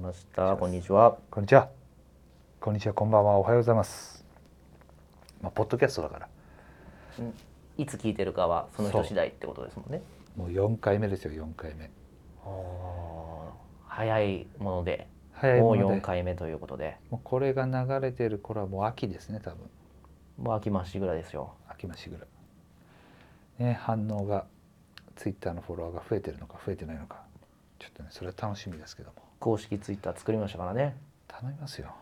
ましたこんにちはこんにちは。こんにちは。こんばんは。おはようございます。まあ、ポッドキャストだから。いつ聞いてるかはその人次第ってことですもんねもう四回目ですよ。四回目。早いもので早いももうので。 4回目ということでもうこれが流れてる頃はもう秋ですね。多分。もう秋まっしぐらですよ秋ましぐらい。ね、反応が。ツイッターのフォロワーが増えてるのか、増えてないのか。ちょっとね、それは楽しみですけども。公式ツイッター作りましたからね頼みますよ。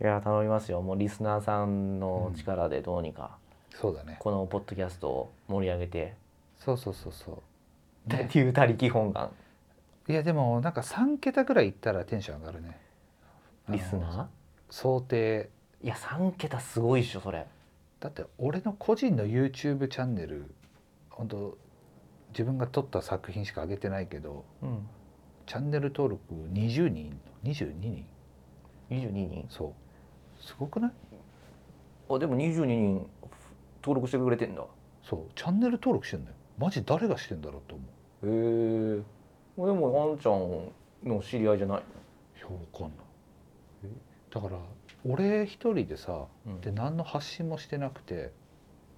いや頼みますよもうリスナーさんの力でどうにかそうだね。このポッドキャストを盛り上げて、そうそうそうそう。っね、ていう他力本願いや、でも、なんか三桁ぐらいいったら、テンション上がるね。あのリスナ想定。ーいや3桁すごいっしょそれだって俺の個人の YouTube チャンネル本当自分が撮った作品しか上げてないけどうんチャンネル登録20人いんの22人22人そうすごくないあでも22人登録してくれてんだへそうチャンネル登録してんだよマジ誰がしてんだろうと思えでもあんちゃんの知り合いじゃない、ういやわかんないだから俺一人でさうんで何の発信もしてなくて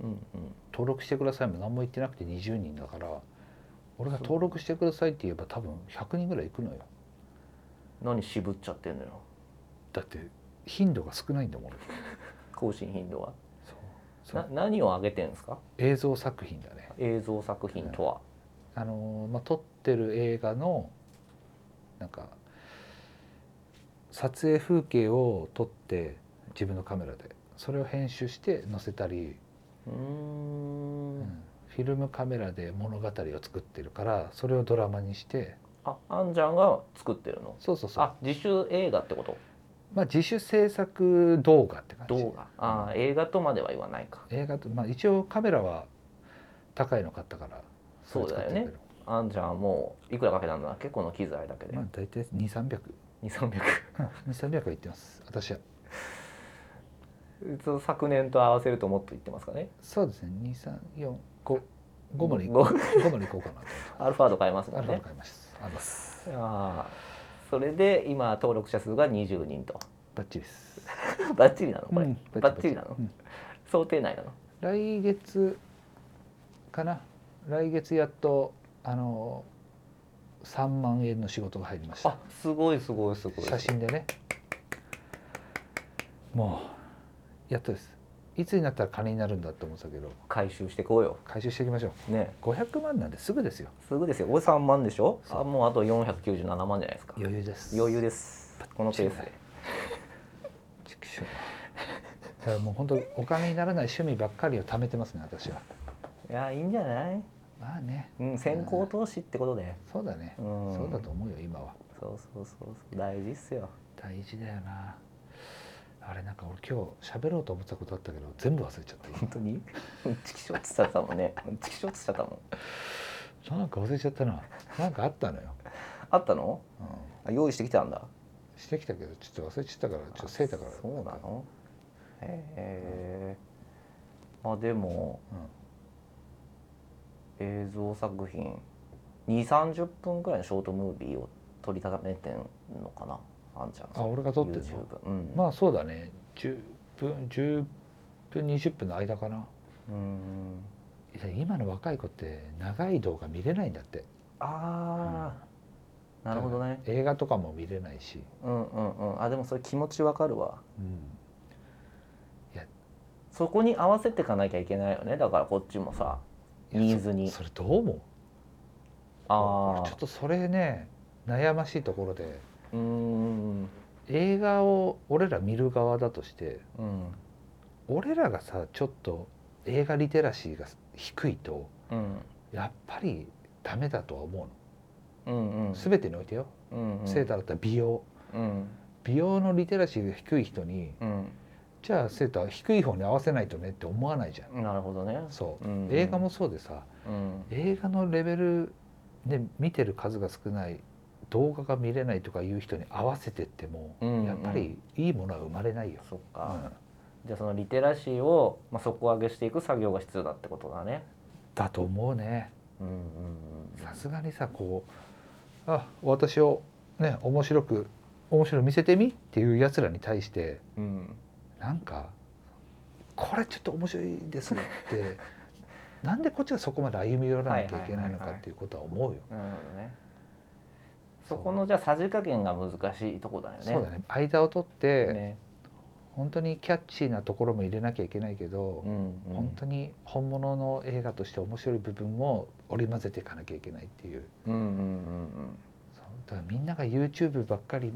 うん登録してくださいも何も言ってなくて20人だから俺が登録してくださいって言えば多分100人ぐらいいくのようん、何渋っちゃってんのよだって頻度が少ないんだもん俺更新頻度はそうそうな何を上げてんですか映像作品だね映像作品とは、あのー、まあ、撮ってる映画のなんか撮影風景を撮って自分のカメラでそれを編集して載せたり、うーんうんフィルムカメラで物語を作ってるからそれをドラマにしてああんちゃんが作ってるのそうそうそうあ自主映画ってことまあ、自主制作動画って感じ動画あー映画とまでは言わないか映画と、まあ、一応カメラは高いの買ったかられ使ってるけそどうあんちゃんはもういくらかけたんだっけこの機材だけで、まあ大体2300 2300うん2300はいってます私はそう昨年と合わせるともっといってますかねそうですね、二三四五五まで行こごう。五まで行こ うかなと思いアルファード買えますもます。あんるわねかりました。あります。あーそれで今登録者数が20人とバッチリです。 バッチリなのこれ、うんバッチリなのうん想定内なの来月かな。来月やっとあの三万円の仕事が入りましあた。すごいすごいすごい写真でね。もうやっとです。いつになったら金になるんだって思ってたけど、回収してこうよ回収していきましょう。ね五百万なんですぐですよ。すぐですよこれ3万でしょそうあもうあと497万じゃないですか余裕です。余裕ですこのペースで畜生だからもう本当お金にならない趣味ばっかりを貯めてますね私はいやいいんじゃない、まあねうん、先行投資ってことでそうだね、うんそうだと思うよ今はそうそうそうそう大事っすよ大事だよなあれなんか俺今日喋ろうと思ってたことあったけど全部忘れちゃった本当に うんちきしょっつっちゃったもんねうんちきしょっつっちゃったもん今なんか忘れちゃったななんかあったのよ、あったのうん、あ用意してきたんだしてきたけどちょっと忘れちゃったからちょっとせいたからそうなのへえまあでもうん映像作品2 3 0分くらいのショートムービーを撮りためてんのかなあんちゃんあ俺が撮ってんの YouTube うんまあそうだね10分10分20分の間かなうんいや今の若い子って長い動画見れないんだってああ、なるほどね映画とかも見れないしうんうんうんあでもそれ気持ちわかるわうんそこに合わせていかなきゃいけないよねだからこっちもさいやニーズにそそれどう思うあ俺ちょっとそれね悩ましいところであうん映画を俺ら見る側だとしてうん俺らがさちょっと映画リテラシーが低いとうんやっぱりダメだとは思うんううのん全てにおいてようんうんセーターだったら美容うん美容のリテラシーが低い人にうんじゃあセーター低い方に合わせないとねって思わないじゃんなるほどねそう、うんうん映画もそうでさうん映画のレベルで見てる数が少ない動画が見れないとかいう人に合わせてっても、うんうんやっぱりいいものは生まれないよ。そっか、じゃあそのリテラシーを、まあ、底上げしていく作業が必要だってことだねだと思うねうんうんさすがにさこうあ私をね面白く面白い見せてみっていうやつらに対してうんなんか「これちょっと面白いですね」って なんでこっちがそこまで歩み寄らなきゃいけないのかっていうことは思うよ。なるほどねそこのじゃあさじ加減が難しいとこだよねそうだね間を取って、ね本当にキャッチーなところも入れなきゃいけないけど、うんうん本当に本物の映画として面白い部分も織り交ぜていかなきゃいけないっていううんうんうんそうだからみんなが YouTube ばっかり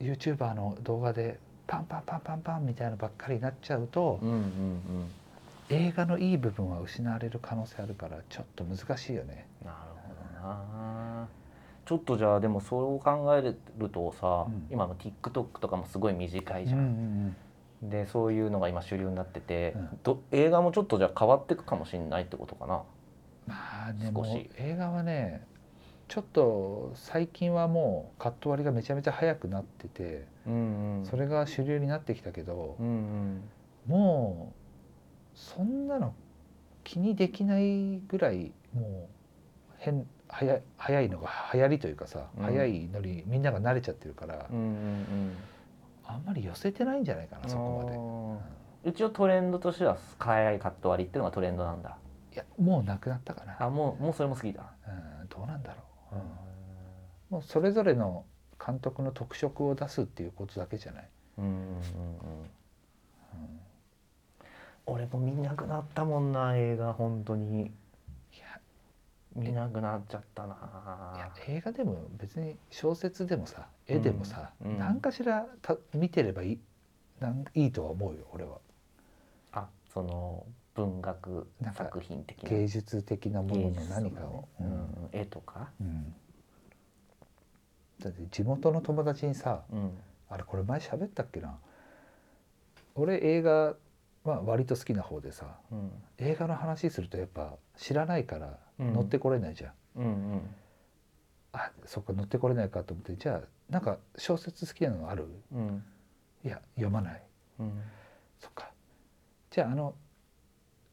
YouTuber の動画でパンパンパンパンパンみたいなのばっかりになっちゃうとうんう、んうん映画のいい部分は失われる可能性あるからちょっと難しいよね。なるほどなちょっとじゃあでもそう考えるとさ、うん今の TikTok とかもすごい短いじうゃ、んうんんでそういうのが今主流になってて、うんど映画もちょっとじゃあ変わっていくかもしれないってことかなまあで少もし映画はねちょっと最近はもうカット割りがめちゃめちゃ早くなってて、うんうんそれが主流になってきたけど。うんうんもうそんなの気にできないぐらいもう変早い早いのが流行りというかさ、うん早いのにみんなが慣れちゃってるから、うんうんあんまり寄せてないんじゃないかうなんそこまで、で一応トレンドとしては早いカット割りっていうのがトレンドなんだいやもうなくなったかあな、もうもうそれも好きだうん、どうなんだろう、うんもうそれぞれの監督の特色を出すっていうことだけじゃない、うんうんうんうんうん、い俺も見なくなったもんな映画本当にや見なくなっちゃったないや映画でも別に小説でもさ絵でもさ、うんうん何かしらた見てればいいなんいいとは思うよ俺はあその文学なんか作品的な芸術的なものの芸術と何かを。ねうんうん絵とか、うんだって地元の友達にさうんあれこれ前喋ったっけな俺映画は割と好きな方でさうん、映画の話するとやっぱ知らないからうん乗ってこれないじゃん、うんうんあそっか乗ってこれないかと思ってじゃあなんか小説好きなのあるうんいや読まないうんそっかじゃああの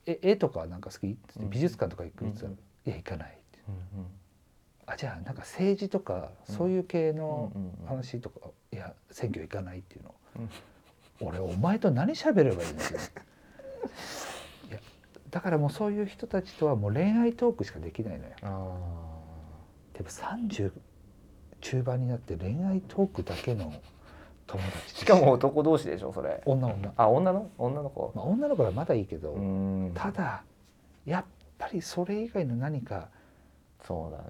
え絵とかはなんか好きつっうてん美術館とか行くって言うっんてたら「いや行かない」ってうんあじゃあなんか政治とかそういう系のうんうんうん話とか、いや選挙行かないっていうの、うん俺お前と何喋ればいいん ですよいやだからもうそういう人たちとはもう恋愛トークしかできないのよあでも30中盤になって恋愛トークだけの友達ーしかも男同士でしょそれ女女、あ女の女の子まあ、女の子はまだいいけど、うんただやっぱりそれ以外の何かそうだよな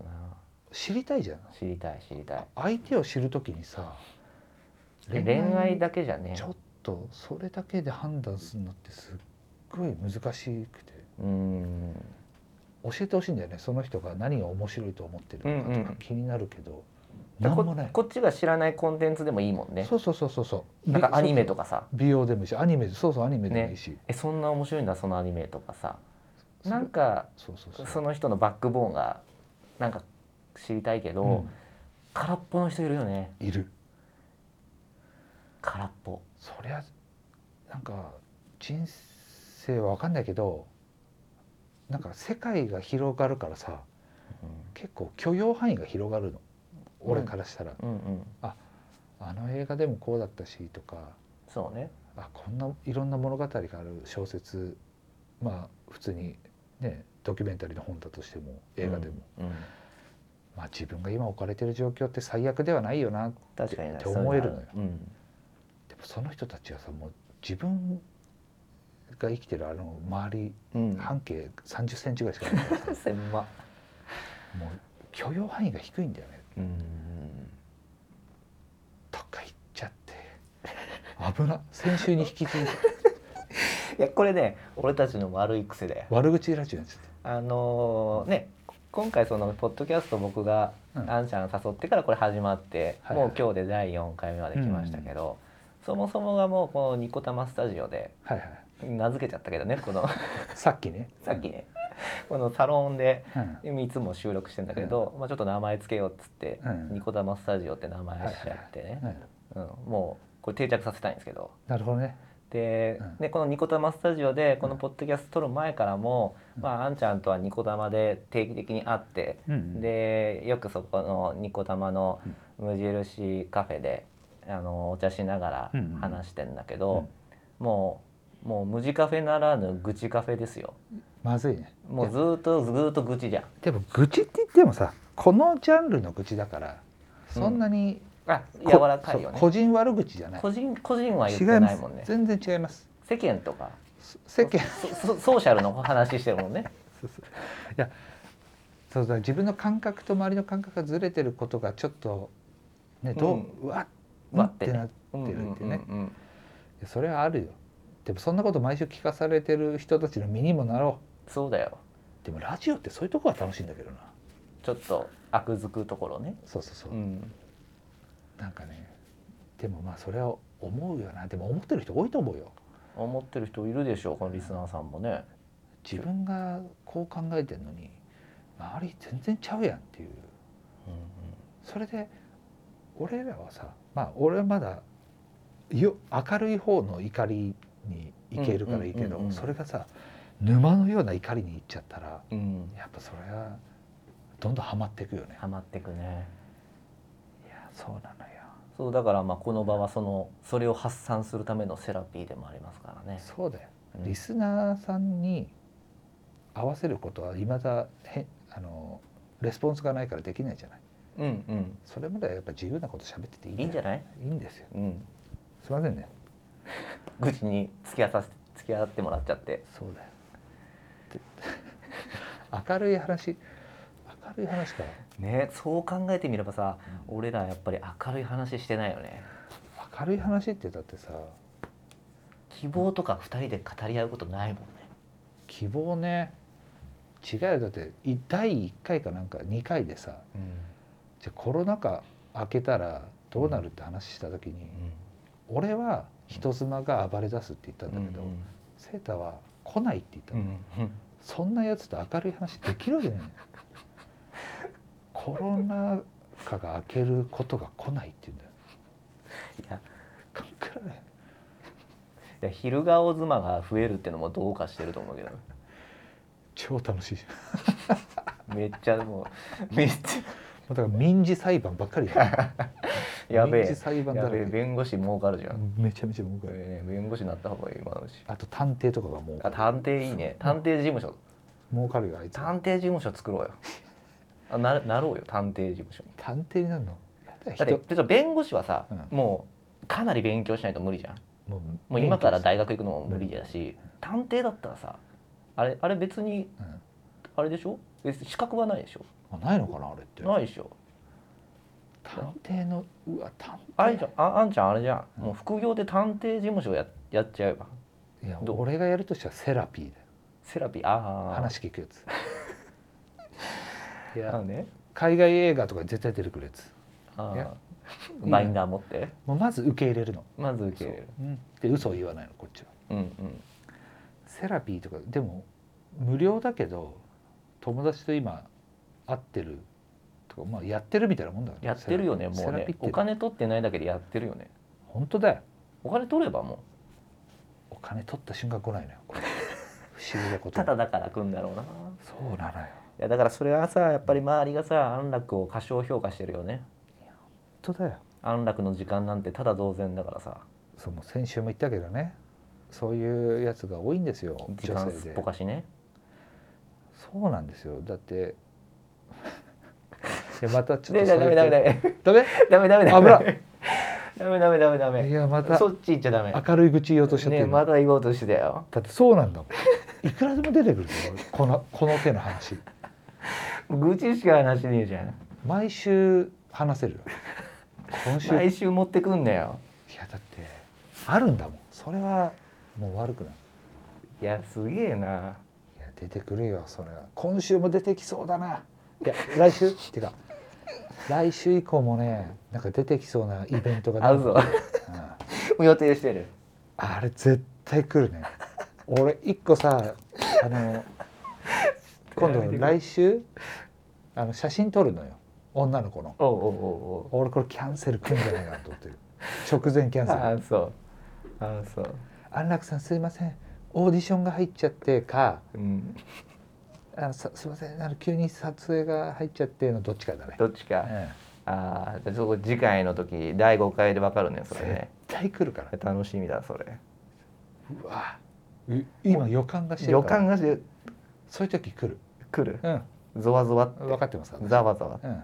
知りたいじゃん知りたい知りたい相手を知るときにさえ恋愛だけじゃねちょっとそれだけで判断するのってすっごい難しくてうん教えてほしいんだよねその人が何が面白いと思ってるのかとうんうかん気になるけど、だなんからもないここっちが知らないコンテンツでもいいもんねそうそうそうそうそうなんかアニメとかかさ美容でもいいしアニメそうそうアニメでもいいし、えそんな面白いんだそのアニメとかさそれなんかそうそうそうその人のバックボーンがなんか知りたいけど、空っぽの人いるよねうんいる空っぽそりゃなんか人生は分かんないけどなんか世界が広がるからさ結構許容範囲が広がるの俺からしたら、うん、うんうんあの映画でもこうだったしとかそうねあこんないろんな物語がある小説まあ普通にねドキュメンタリーの本だとしても映画でも、うん、うんまあ自分が今置かれてる状況って最悪ではないよなで確かにねって思えるのよそういうのあるもその人たちはさもう自分が生きてるあの周りうん、うん、 半径3 0ンチぐらいしかないからさ狭もう許容範囲が低いんだよねうんとか言っちゃって危な先週に引き続 きいやこれね俺たちの悪い癖だよ悪口ラジオになっちゃったあのーね今回そのポッドキャスト僕がうんアンちゃん誘ってからこれ始まって、はいはいもう今日で第4回目まで来ましたけど、そもそもがもうこのニコタマスタジオではいはい名付けちゃったけど ねこのさっきねさっきねこのサロンでうんいつも収録してんだけど、まあ、ちょっと名前つけようっつって、うんニコタマスタジオって名前にしちゃってね、うんうん、もうこれ定着させたいんですけど。なるほどねで、うんねこの「ニコタマスタジオ」でこのポッドキャスト撮る前からも、うんまあ、あんちゃんとはニコタマで定期的に会って、うんうんでよくそこのニコタマの無印カフェであのお茶しながらうんうん話してんだけど、もうもう無地カフェならぬ愚痴カフェですよまずいねもうずーっとずーっと愚痴じゃんでも愚痴って言ってもさこのジャンルの愚痴だからそんなに、あ柔こらかいよねそう個人悪口じゃない個人個人は言っ違ていまなすいもんね全然違います世間とかそ世間そそソーシャルの話してるもんねそうそういやそうだ自分の感覚と周りの感覚がずれてることがちょっとねどう、うわっうわっっててねなってるってね、いうんうんうんうんやそれはあるよでもそんなこと毎週聞かされてる人たちの身にもなろそうだようでもラジオってそういうとこが楽しいんだけどなちょっと悪づくところね、そうそうそう、うん、なんかねでもまあそれは思うよなでも思ってる人多いと思うよ思ってる人いるでしょうこのリスナーさんもね自分がこう考えてるのに周り全然ちゃうやんっていうそれで俺らはさまあ俺はまだよ明るい方の怒りにいけるからいいけど、うんうんうんうんそれがさ沼のような怒りにいっちゃったらうん、うん、やっぱそれはどんどんハマっていくよねハマってくねいやそうなのよそうだからまあこの場はそのそれを発散するためのセラピーでもありますからね、そうだようんリスナーさんに合わせることはいまだへあのレスポンスがないからできないじゃないうんそれまではやっぱ自由なこと喋ってていいうんんいいんじゃいない、いいんですようん、すいませんね愚痴に付き合わさせて付き合ってもらっちゃってそうだよで 明るい話明るい話かねそう考えてみればさう俺らやっぱり明るい話してないよね明るい話ってだってさ希望とか2人で語り合うことないもんね希望ね違うよだってい第1回かなんか2回でさじゃあコロナ禍明けたらどうなるって話した時に、俺は人妻が暴れ出すって言ったんだけど、セータは来ないって言ったの、そんなやつと明るい話できるわけないコロナ禍が明けることが来ないって言うんだよいや考えられないいや昼顔妻が増えるってのもどうかしてると思うけど超楽しいじゃんもめっちゃもう めっちうだから民事裁判ばっかりやゃ やべ民事え裁判だやらべえけ弁護士儲かるじゃん、めちゃめちゃ僕こはれね弁護士になった方がいい今のうちあと探偵とかがもうあ探偵いいね探偵事務所儲かるよあいつ探偵事務所作ろうよあななろうよ探偵事務所に探偵になるのやだよだって人別に弁護士はさ、うんもうかなり勉強しないと無理じゃんもうもう今から大学行くのも無理だし探偵だったらさあれあれ別にうんあれでしょ別に資格はないでしょあないのかなあれってないでしょ探偵のうわ探偵あれじゃんああんちゃんあれじゃん、うんもう副業で探偵事務所ややっちゃえばいやどう俺がやるとしたらセラピーだよセラピーああ話聞 くやつあいやのね海外映画とかに絶対出てくるやつあいーやバインダー持ってもうまず受け入れるのまず受け入れるそううんで嘘を言わないのこっちはうんうんセラピーとかでも無料だけど友達と今会ってるとか、まあ、やってるみたいなもんだからやってるよねセもラうねセラピーってお金取ってないだけでやってるよね本当だよお金取ればもお金取った瞬間来ないのよ これ不思議なこうとたにだだから来んだろうなそうなのよいやだからそれはさやっぱり周りがさ安楽を過小評価してるよね本当だよ安楽の時間なんてただ同然だからさそうもう先週も言ったけどねそういうやつが多いんですよ時間女す性っでぽかしねそうなんですよだって いやまたちょっねとダそメれダメダメダメダメダメダメ危ないダメダメダメダいメやまたそっち行っちゃダメ明るい愚痴言おうとしちゃってねる、まだ言おうとしてたよだってそうなんだもんい くらでも出てくるぞこの この手の話愚痴しか話しねえじゃん毎週話せるよ今週い毎週持ってくんだよやだってあるんだもんそれはもう悪くないいやすげえないや出てくるよそれは今週も出てきそうだないや来週ってか来週以降もねなんか出てきそうなイベントがね合う ぞもううん予定してるあれ絶対来るね俺一個さあのやめて今度くれ来週あの写真撮るのよ女の子のおうおうおう俺これキャンセル来るんじゃないかなと思ってる直前キャおうあンセルあそうああそう安楽さんすいませんオーディションが入っちゃってかうんあのさすいませんあの急に撮影が入っちゃってのどっちかだね、どっちかええああじゃあちょっと次回の時第5回で分かるねそれね絶対来るから楽しみだそれうわう今予感がして予るから感がしてそういう時来るくるうんゾワゾワって分かってます私ざわざわうん、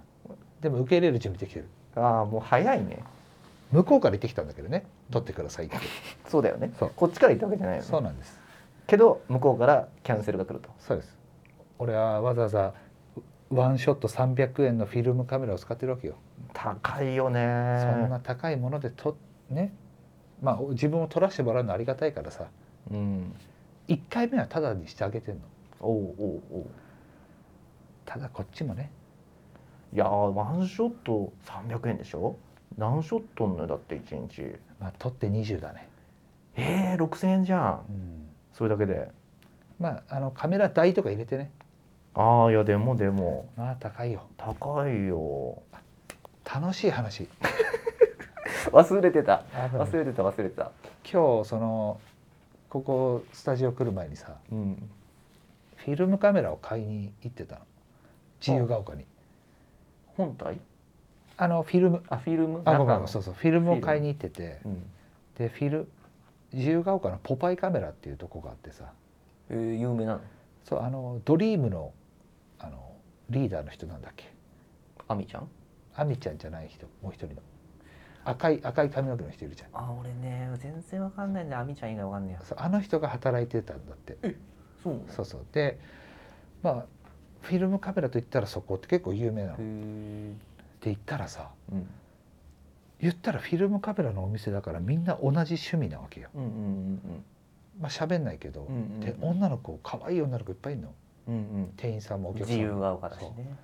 でも受け入れる準備できてるああもう早いね向こうから言ってきたんだけどね取ってくださいってそうだよねそうこっちから行ったわけじゃないよ そうねなんですけど向こうからキャンセルが来るとそうです俺はわざわざワンショット300円のフィルムカメラを使ってるわけよ、高いよねそんな高いものでとねまあ自分を撮らせてもらうのありがたいからさうん1回目はタダにしてあげてんのおうおうおうただこっちもねいやーワンショット300円でしょ何ショットんのよだって1日まあ撮って20だね、えー、6000円じゃんうん、それだけでまああのカメラ代とか入れてねああいやでもでもまあ高いよ高いよ楽しい話忘れてたあの忘れてた忘れてた今日そのここスタジオ来る前にさうんフィルムカメラを買いに行ってたの自由が丘に本体あのフィルムあフィルムあ中ごめんごめのんそうそうフィルムを買いに行っててうんでフィル自由が丘のポパイカメラっていうとこがあってさえー有名なのそうあのドリームのあのリーダーの人なんだっけアミちゃんアミちゃんじゃない人もう一人の赤い赤い髪の毛の人いるじゃんあ俺ね全然わかんないんだよアミちゃん以外わかんないやそうあの人が働いてたんだってそうそうそうでまあフィルムカメラといったらそこって結構有名なへのってえ言ったらさうん言ったらフィルムカメラのお店だからみんな同じ趣味なわけようんうんまあ喋んないけど、うんうんで女の子可愛い女の子いっぱいいるのうんうん店員さんもお客さ自ん由もが丘だしね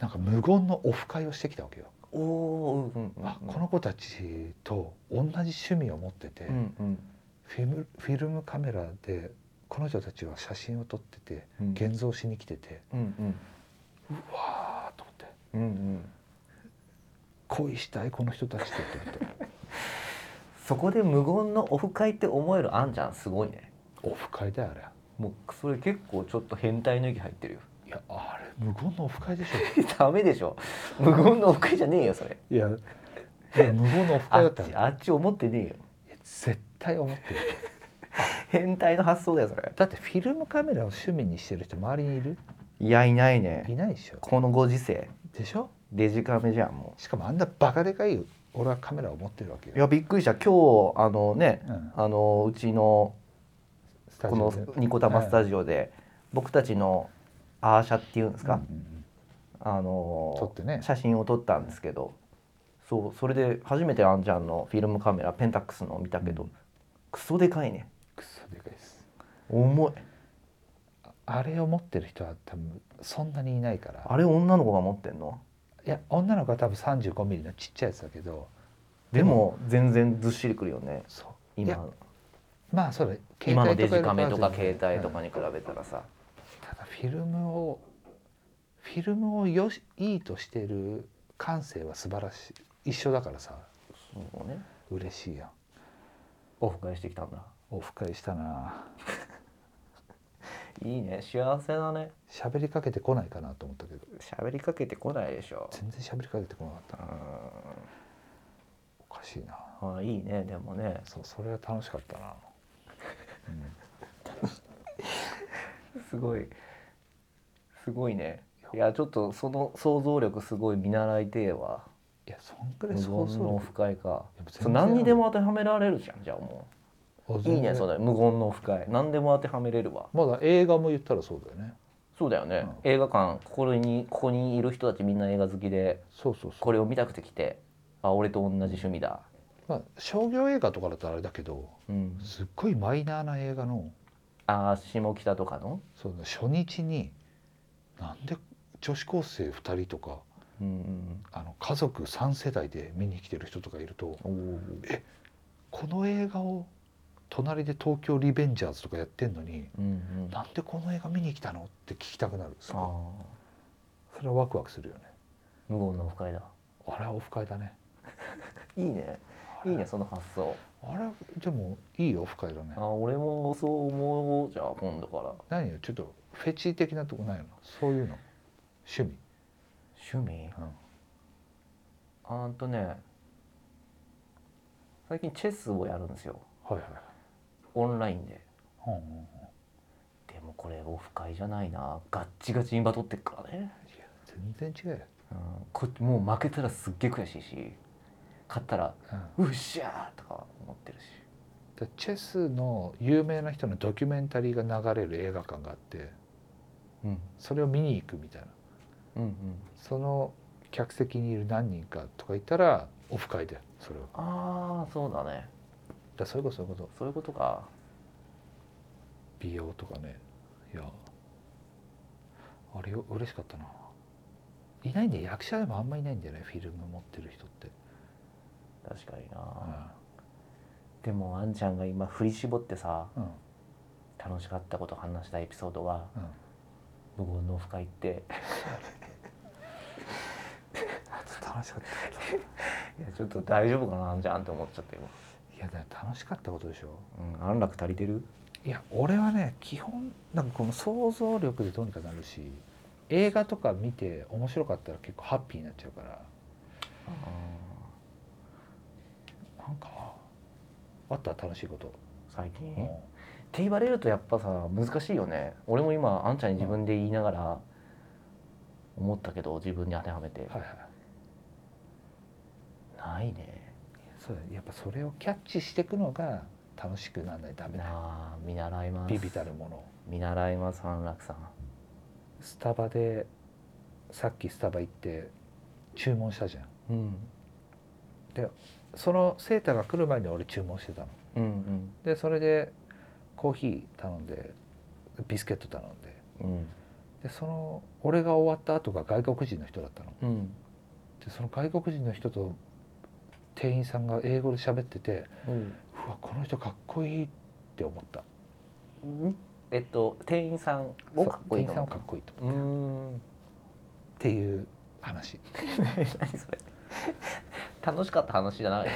なんか無言のオフ会をしてきたわけよ、おおーうんうんあこの子たちと同じ趣味を持ってて、うんうんフィルムフィルムカメラでこの人たちは写真を撮っててうん現像しに来てて、うんうんうわーと思ってうんうん恋したいこの人たちとと 思ってそこで無言のオフ会って思えるあんじゃんすごいねオフ会だよあれもうそれ結構ちょっと変態の域入ってるよ いやあれ無言のオフ会でし ダメでしょ無言のオフ会じゃねえよそれょいやいや無言のオフ会あだっったちらあっち思ってねえよ絶対思ってる変態の発想だよそれだってフィルムカメラを趣味にしてる人周りにいるいやいないいねないでしょこのご時世でしょデジカメじゃんもしかもあんなバカでかい俺はカメラを持ってるわけういよ、やびっくりした今日あのねうん、あのうちのスタこジオのでニコタマスタジオで僕たちのアーシャっていうんですか、うんうんうんあ撮のってね写真を撮ったんですけどそうそれで初めてあんちゃんのフィルムカメラペンタックスのを見たけど、うんクソでかいねクソでかいです重いああれを持ってる人は多分そんなにいないからあれ女の子が持ってんのいや女の子は多分35ミリのちっちゃいやつだけどでも全然ずっしりくるよねそういや今まあそうだ今のデジカメよとりはか全携然帯とうかに比べたらさんただフィルムをフィルムをよしいいとしてる感性は素晴らしい一緒だからさそうね嬉しいやんオフ会してきたんだオフ会したないいね幸せだね喋りかけてこないかなと思ったけど喋りかけてこないでしょ全然喋りかけてこなかったなおかしいなあいいねでもねそうそれは楽しかったな、うん、いすごいすごいねいやちょっとその想像力すごい見習いてえわやそんくらい無想言のオ像フ会かいや全然そう何にでも当てはめられるじゃんじゃあもう力いいねそれ無言のオフ会何でも当てはめれるわまだ映画も言ったらそうだよねそうだよね、映画館ここにここにいる人たちみんな映画好きでそうそうそうこれを見たくて来てあ俺と同じ趣味だまあ、商業映画とかだとあれだけどうんすっごいマイナーな映画のあー下北とかのその初日になんで女子高生2人とかうんあの家族3世代で見に来てる人とかいるとうんおーこの映画を隣で「東京リベンジャーズ」とかやってんのにうんうんなんでこの映画見に来たのって聞きたくなるすあごいーそれはワクワクするよね無言のオフ会だあれはオフ会だねいいねいいねその発想あれでもいいオフ会だねあ俺もそう思うじゃあ今度から何よちょっとフェチ的なとこないのそういうの趣味趣味うんあんとね最近チェスをやるんですよはいはいオンラインでうんうんうんいでもこれオフ会じゃないなガッチガチにバトってっからね、や全然違うよ、うん、こもう負けたらすっげえ悔しいし勝ったらう「ん、うっしゃー!」とか思ってるしでチェスの有名な人のドキュメンタリーが流れる映画館があってうんそれを見に行くみたいなうんうんその客席にいる何人かとかいたらオフ会でそれをだかああそうだねらそれこそそういうことそういうことか美容とかねいやあれよ嬉しかったないないんで役者でもあんまいないんだよねフィルム持ってる人って、確かにな、うでもあんちゃんが今振り絞ってさんうん楽しかったこと話したエピソードはうん無言のオフ会って楽しかっいやちょっと大丈夫かなあんちゃんって思っちゃった今、たいやだから楽しかったことでしょうん、安楽足りてるいや俺はね基本なんかこの想像力でどうにかなるし映画とか見て面白かったら結構ハッピーになっちゃうからなんかあった楽しいこと、最近、うんって言われるとやっぱさ難しいよね俺も今あんちゃんに自分で言いながら思ったけど自分に当てはめて、はいはないいねそうだねやっぱそれをキャッチしていくのが楽しくならないとダメだよなあ見習いますビビたるもの見習います安楽さんスタバでさっきスタバ行って注文したじゃうんんそのセーターが来る前に俺注文してたのうんうんでそれでコーヒー頼んでビスケット頼んでうんでその俺が終わった後が外国人の人だったのうんでその外国人の人と店員さんが英語で喋っててうわこの人かっこいいって思ったうんえっと店員さんをかっこいいそとう店員さん思をっかたっこいいと思うー んうっていう話い何それ 楽しかった話じゃない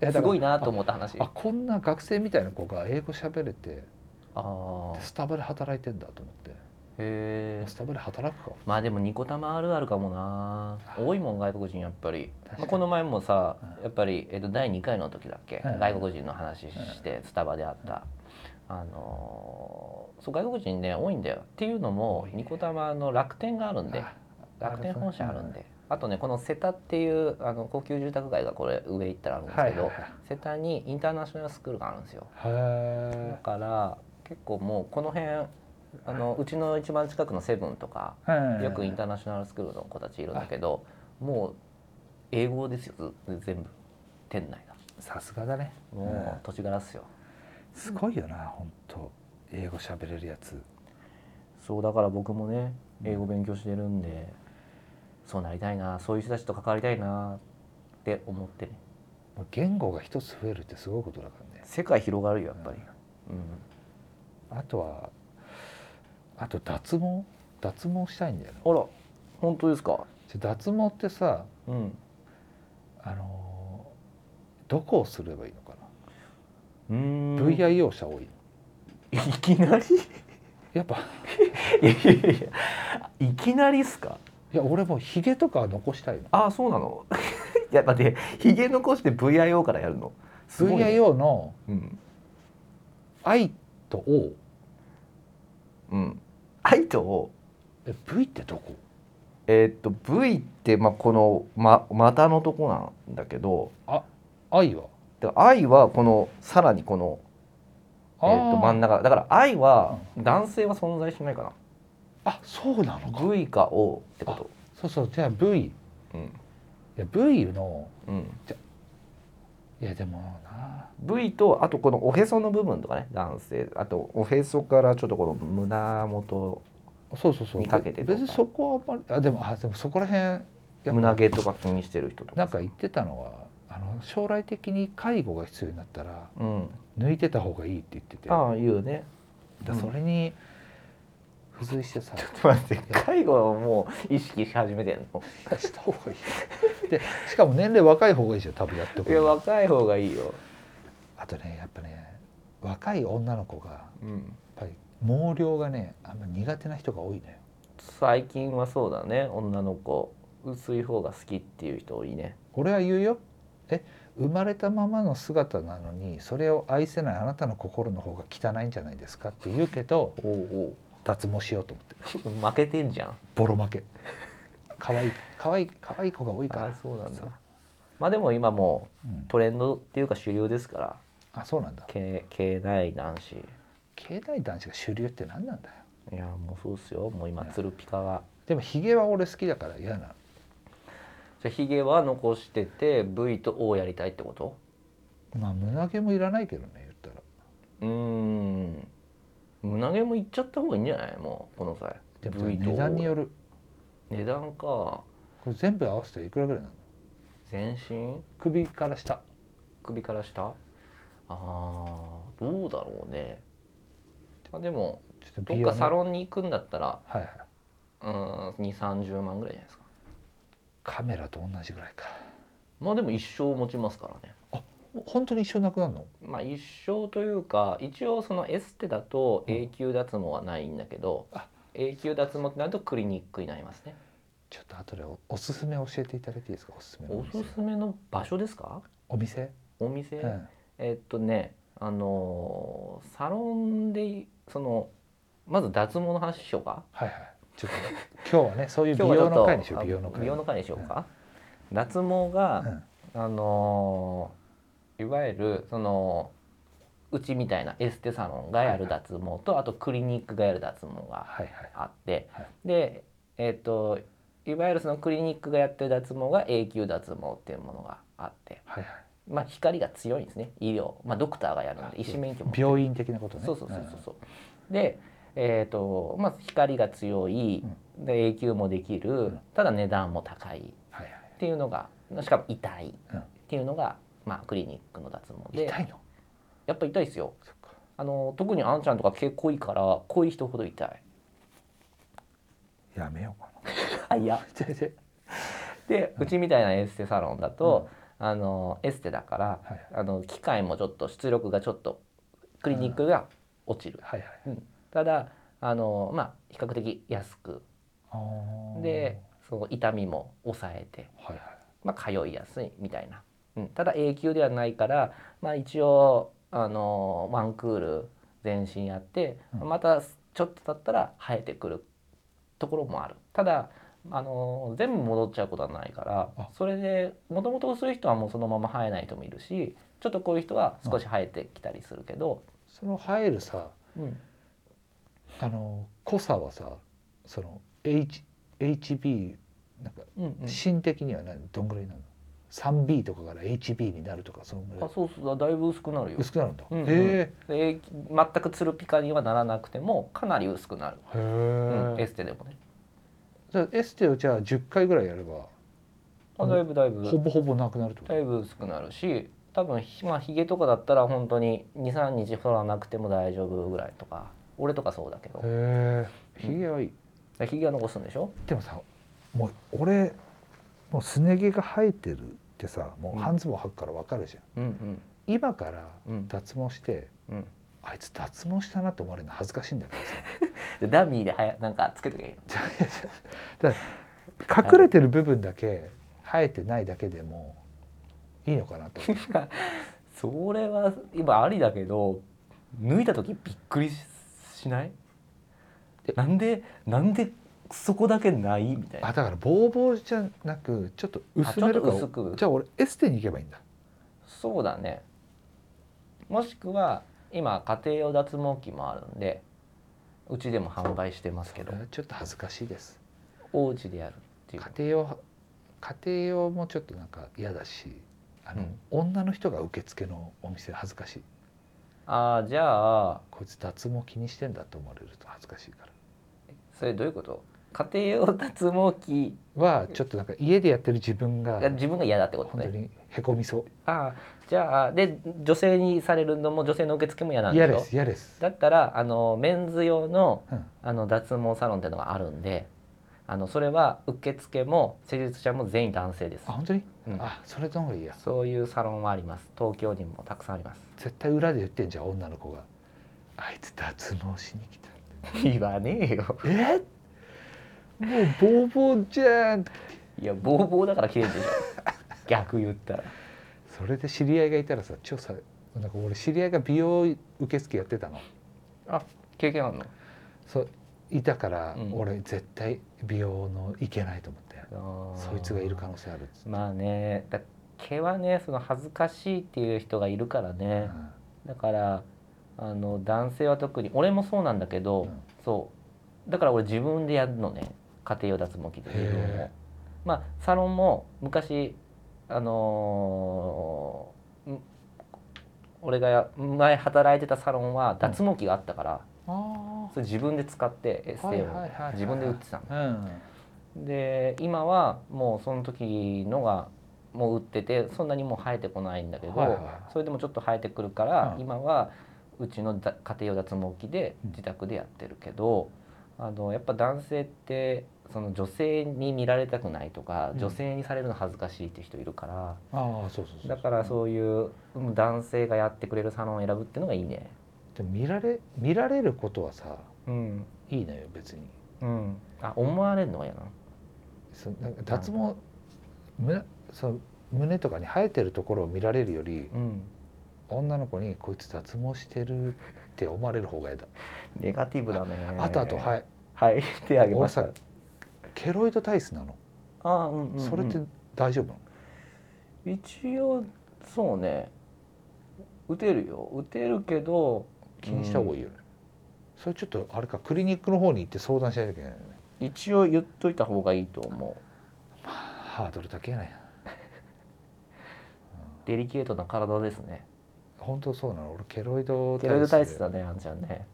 やだ すからごいなと思った話あこんな学生みたいな子が英語喋れてあースタバで働いてんだと思ってへえスタバで働くかまあでもニコタマあるあるかもな多いもん外国人やっぱり、確かまあ、にこの前もさうんやっぱり、えっと、第2回の時だっけ、うんうん外国人の話してスタバであった、あのーそう外国人ね多いんだよっていうのも多いねニコタマの楽天があるんであ楽天本社あるんであとねこの瀬田っていうあの高級住宅街がこれ上行ったらあるんですはけいはいど、瀬田にインターナショナルスクールがあるんですよはいだから結構もうこの辺あのうちの一番近くのセブンとかはいよくインターナショナルスクールの子たちいるんだけどもう英語ですよず全部店内がさすがだねもうんう土地柄っすよすごいよな本当英語喋れるやつそうだから僕もねうん英語勉強してるんで、そうなりたいなそういう人たちと関わりたいなって思ってねもう言語が一つ増えるってすごいことだからね世界広がるよやっぱり、うんあとはあと脱毛脱毛したいんだよねあら本当ですかちょ脱毛ってさうんあのーどこをすればいいのかうーんな VIO 者多いのいきなり やっぱいやいやいやいきなりっすかいや俺もうヒゲとかは残したいのああそうなの いやだってひげ残して VIO からやるのすごいね VIO のうん「I」と「O うん愛とを」え V ってどこえーっと V って、まあ、この、ま、股のとこなんだけど ?I はだから愛はこのさらにこの、えーっと真ん中中だから愛は男性は存在しないかあそうなのな、か V か O ってこそうそうじゃあ V いと、うんや V のうん、いやでもな V とあとこのおへその部分とかね男性あとおへそからちょっとこの胸元そうそうそう見かけてとか別にそこはあんまりあでもあでもそこら辺やっぱ胸毛とか気にしてる人とかなんか言ってたのはあの将来的に介護が必要になったらうん、抜いてた方がいいって言っててああ言うねだそれに付随してさちょっと待って介護はもう意識し始めてんのした方がいい でしかも年齢若い方がいいじゃん多分やっていやく若い方がいいよ、あとねやっぱね若い女の子がやっうん、ぱり毛量がねあんま苦手な人が多いのよ最近はそうだね女の子薄い方が好きっていう人多いね俺は言うよえ生まれたままの姿なのにそれを愛せないあなたの心の方が汚いんじゃないですかって言うけどおう脱毛しようと思っておう負けてんじゃんボロ負け可愛い可愛い可愛い子が多いからあそうなんだそうまあでも今もうんうトレンドっていうか主流ですからあそうなんだ経経済男子経済男子が主流って何なんだよいやもうそうっすよもう今ツルピカがでもヒゲは俺好きだから嫌なのじゃあヒゲは残してて V と O やりたいってことまあ胸毛もいらないけどね言ったらうーん胸毛もいっちゃった方がいいんじゃないもうこの際でも値段によるる値段かこれ全部合わせていくらぐらいなの全身首から下首から下ああどうだろうねまあでもちょっとど美っ容かのサロンに行くんだったらはいはいうん2三3 0万ぐらいじゃないですかカメラと同じぐらいかまあでも一生持ちますからね本当に一生なくなるのまあ一生というか一応そのエステだとうん永久脱毛はないんだけど、あ永久脱毛ってなるとクリニックになりますねちょっと後でおおすすめ教えていただいていいですかおすすめのおお店すすめの場所ですかお店、お店、うん、えっとねあのーサロンでいそのまず脱毛の話しようかはいはいちょっと今日はねそういう美は容の会にしちよょっとう美容の会美容の会にしようか、脱毛が、うん、あのーいわゆるそのうちみたいなエステサロンがやる脱毛と、あとクリニックがやる脱毛がはいはいあって、はいでえっ、といわゆるそのクリニックがやってる脱毛が永久脱毛っていうものがあってはいはいまあ光が強いんですね医療まあドクターがやるので医師免許も病院的なことねそうそうそうそうそうでえっ、とまあ光が強い、で永久もできる、んただ値段も高いっはいはいていうのがしかも痛いっうんていうのが、まあクリニックの脱毛で痛いのやっぱ痛いですよそっかあの特にあんちゃんとか毛濃いから濃い人ほど痛いやめようかな あいやでうちみたいなエステサロンだと、あのエステだからはいあの機械もちょっと出力がちょっとクリニックが落ちる、はいはいただあのまあ比較的安くあーでその痛みも抑えて、はいはいまあ、通いやすいみたいな、うん、ただ永久ではないから、まあ、一応あのワンクール全身やって、うんまたちょっと経ったら生えてくるところもあるただあの全部戻っちゃうことはないからあそれでもともと薄い人はもうそのまま生えない人もいるしちょっとこういう人は少し生えてきたりするけど、その入るさうんあの濃さはさその H HB なんかうんうん芯的には何どんぐらいなの 3B とかから HB になるとかそのぐあらいそうそうだいぶ薄くなるよ薄くなるんだ、うんうんへえで全くツルピカにはならなくてもかなり薄くなる、へうん、エえ、ステでもねじゃあエステをじゃあ10回ぐらいやればあだいぶだいぶほぼほぼなくなるってことだいぶ薄くなるし多分ひまあひげとかだったら本当に23日剃らなくても大丈夫ぐらいとか俺とかそうだけどへえひげはいい、でひげは残すんでしょでもさもう俺もうすね毛が生えてるってさもううん半ズボン履くからわかるじゃん、うん今からうん脱毛して、うんうんあいつ脱毛したなと思われるの恥ずかしいんだけどさでダミーではやなんかつけとけばいいの隠れてる部分だけ生えてないだけでもいいのかなと思ってそれは今ありだけど脱いだ時びっくりししないえなんでなんでそこだけないみたいあなだからボーボーじゃなくちょっと薄めるかあちょっと薄くじゃあ俺エステに行けばいいんだそうだねもしくは今家庭用脱毛器もあるんでうちでも販売してますけどそれはちょっと恥ずかしいですお家でやるっていう家庭用家庭用もちょっとなんか嫌だしあの、うん女の人が受付のお店恥ずかしいああじゃあこいつ脱毛気にしてんだと思われると恥ずかしいからそれどういうこと家庭用脱毛器はちょっとなんか家でやってる自分がが自分が嫌だってこと本当ねにへこみそああじゃあで女性にされるのも女性の受付も嫌なうんでし嫌ょです嫌です、だったらあのメンズ用のうん、あの脱毛サロンっていうのがあるんであのそれは受付も施術者も全員男性ですあ、本当に、うんあそれの方がいいやそういうサロンはあります東京にもたくさんあります 絶対裏で言ってんじゃん女の子があいつ脱毛しに来た言わねえよえもうボーボーじゃんいやボーボーだから切れるでし ょ逆言ったらそれで知り合いがいたらさ調査なんか俺知り合いが美容受付やってたの経験あるのそういたから、うん俺絶対美容のいけないと思ってそいつがいる可能性あるっつって、まあねだ毛はねその恥ずかしいっていう人がいるからうね、んだからあの男性は特に俺もそうなんだけど、うんそうだから俺自分でやるのね家庭用脱毛器で自分へもまあサロンも昔あのーん俺が前働いてたサロンは脱毛器があったから、あそれ自分で使ってエステをはいはいはいはい自分で打ってたの。ーうんで今はもうその時のがもう打っててそんなにもう生えてこないんだけど、はいはいそれでもちょっと生えてくるから、うん今はうちのだ家庭用脱毛器でうん自宅でやってるけど、あのやっぱ男性ってその女性に見られたくないとか、うん女性にされるの恥ずかしいって人いるからああそうそうそうだからそういううん男性がやってくれるサロンを選ぶっていうのがいいね。でも見られ見られることはさうんいいのよ別にうん、あ思われるのが嫌なのそなんか脱毛胸そう胸とかに生えてるところを見られるよりうん女の子に「こいつ脱毛してる」って思われる方が嫌だ、ネガティブだねあとあとはいはい手あげま俺したさケロイド体質なの、あー、うんうんうんそれって大丈夫なの一応そうね打てるよ打てるけど気にした方がいいよね、それちょっとあれかクリニックの方に行って相談しないといけないよね一応言っといた方がいいと思うハードル高いねデリケートな体ですね本当そうなの俺ケロイドケロイド体質でだねあんちゃんね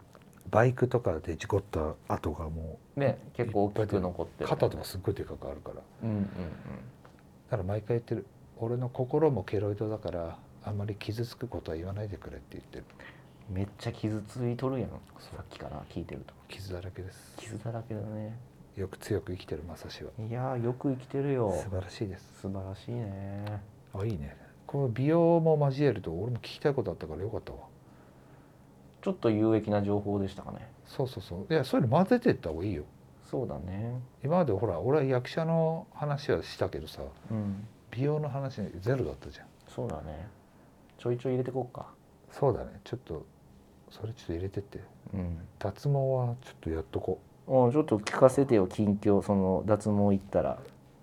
バイクとかで事故った跡がもね結構大きく残ってうる、肩とかすっごいでかくあるからうんうんうんだから毎回言ってる俺の心もケロイドだからあんまり傷つくことは言わないでくれって言ってるめっちゃ傷ついとるやんさっきから聞いてると傷だらけです傷だらけだねよく強く生きてるまさしはいやーよく生きてるよ素晴らしいです素晴らしいねあいいねこの美容も交えると俺も聞きたいことあったからよかったわちょっと有益な情報でしたかねそうそうそういやそういうの混ぜてった方がいいよそうだね今までほら俺は役者の話はしたけどさうん美容の話ゼロだったじゃんそうだねちょいちょい入れてこっかそうだねちょっとそれちょっと入れてってうん脱毛はちょっとやっとこうん、ちょっと聞かせてよ近況その脱毛行ったらう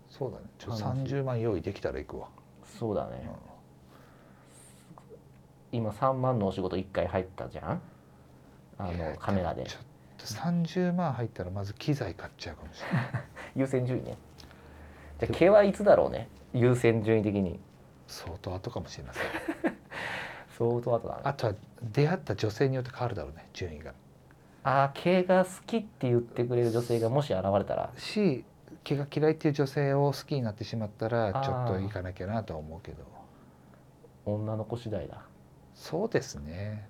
そうだねちょっと話30万用意できたら行くわ、そうだうんね、今3万のお仕事1回入ったじゃんあいやのカメラでちょっと30万入ったらまず機材買っちゃうかもしれない優先順位ねじゃあ毛はいつだろうね優先順位的に相当後かもしれません相当後だあとは出会った女性によって変わるだろうね順位があー毛が好きって言ってくれる女性がもし現れたらし毛が嫌いっていう女性を好きになってしまったらあーちょっと行かなきゃなとは思うけど女の子次第だそうですね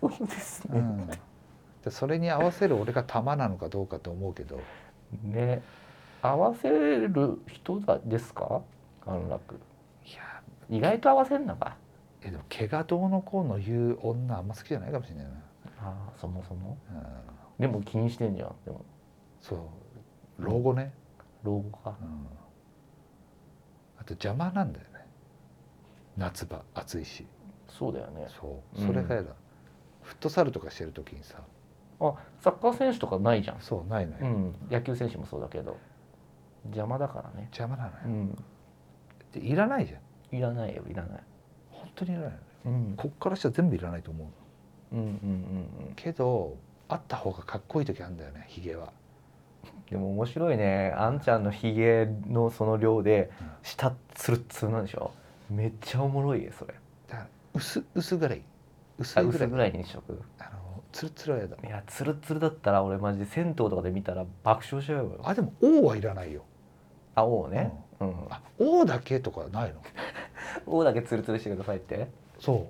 そうですうんでそれに合わせる俺が玉なのかどうかと思うけどね合わせる人だですか安楽いや意外と合わせんのかえでも毛がどうのこうの言う女あんま好きじゃないかもしれないな、あーそもそもうん、でも気にしてんじゃんでもそう老後ね、老後かうん、あと邪魔なんだよね夏場暑いしそうだよねそううんそれがやだ、フットサルとかしてる時にさあサッカー選手とかないじゃん、そうないのよ、うん、野球選手もそうだけど邪魔だからね、邪魔なのよう、ん、でいらないじゃんいらないよいらない、本当にいらないのようん、こっからしたら全部いらないと思ううんうんうんけどあった方がかっこいい時あるんだよねヒゲはでも面白いねあんちゃんのひげのその量でうん下つるつるなんでしょめっちゃおもろいよそれだから薄薄ぐらい薄あいぐら薄いぐらいにしとくあのツルツルはやだいやつるつるだったら俺マジで銭湯とかで見たら爆笑しちゃうよあでも「王はいらないよ青をね、うんあ王だけとかないの青だけつるつるしてくださいってそ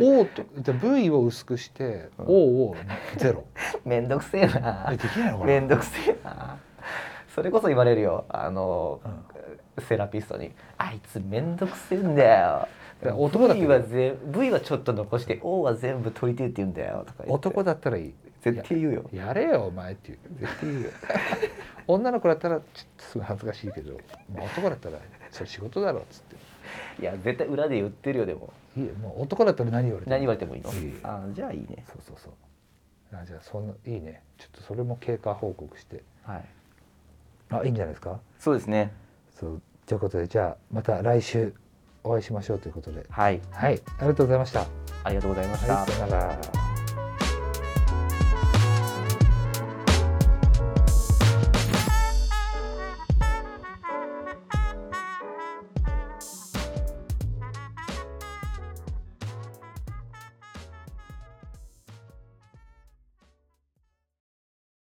う「王とで V を薄くして「うん王をゼロめんどくせえなえできないのかなめんどくせえなそれこそ言われるよあのうんセラピストに「あいつめんどくせえんだよ」だから男だけ v はぜ v はちょっと残して O は全部取りてえって言うんだよとか言って男だったらいい絶対言うよやれよお前っていう絶対言う よ女の子だったらちょっとすごい恥ずかしいけど、まあ、男だったらそれ仕事だろっつっいや絶対裏で言ってるよでもていいよもう男だったら何言われても何言われてもいいのいいよあーじゃあいいねそうそうそうあじゃあそんないいねちょっとそれも経過報告してはいあいいんじゃないですかそうですねそうということでじゃあまた来週お会いしましょうということではいはいありがとうございましたありがとうございました、はいさよなら